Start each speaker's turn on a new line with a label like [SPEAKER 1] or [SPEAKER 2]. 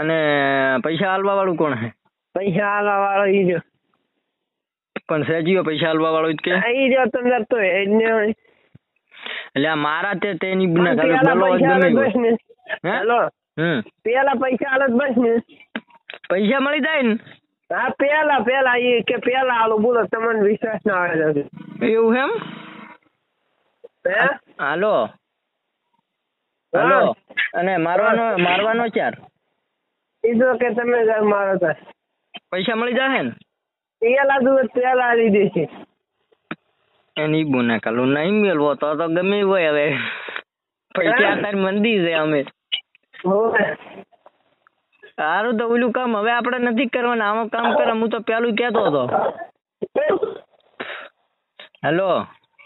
[SPEAKER 1] અને પૈસા હાલવા વાળું કોણ હે
[SPEAKER 2] પૈસા આલવા વાળો ઈ જો
[SPEAKER 1] પણ સહેજીયો પૈસા હાલવા વાળો જ કે
[SPEAKER 2] ઈ જો તો જતો હોય એને વળી.
[SPEAKER 1] એટલે આ મારા તે તેની
[SPEAKER 2] પણ
[SPEAKER 1] બુના ખાલી
[SPEAKER 2] પેલા
[SPEAKER 1] બોલો જ
[SPEAKER 2] પૈસા આલે
[SPEAKER 1] ગમે
[SPEAKER 2] જ
[SPEAKER 1] હોય.
[SPEAKER 2] બસ ને
[SPEAKER 1] હે?
[SPEAKER 2] હેલો
[SPEAKER 1] હમ
[SPEAKER 2] પેલા પૈસા આલે જ બસ ને
[SPEAKER 1] પૈસા મળી જાય ને
[SPEAKER 2] હા પેલા પેલા ઈ કે પેલા આલો બોલો તમને વિશ્વાસ ના આવે તો.
[SPEAKER 1] એવું એમ
[SPEAKER 2] હે
[SPEAKER 1] હાલો હાલો અને મારવાનો મારવાનો ચાર
[SPEAKER 2] કીધું કે તમે જ મારો તો
[SPEAKER 1] પૈસા મળી જશે ને
[SPEAKER 2] પેલા દૂધ પેલા લીધી છે
[SPEAKER 1] એની બુના કાલું નહીં મેળવો તો તો ગમે ઈ હોય હવે પૈસા અત્યારે મંદી છે અમે
[SPEAKER 2] હોવે.
[SPEAKER 1] સારું તો ઓલું કામ હવે આપણે નથી કરવાના આમાં કામ કરે હું તો પેલું કહેતો હતો હેલો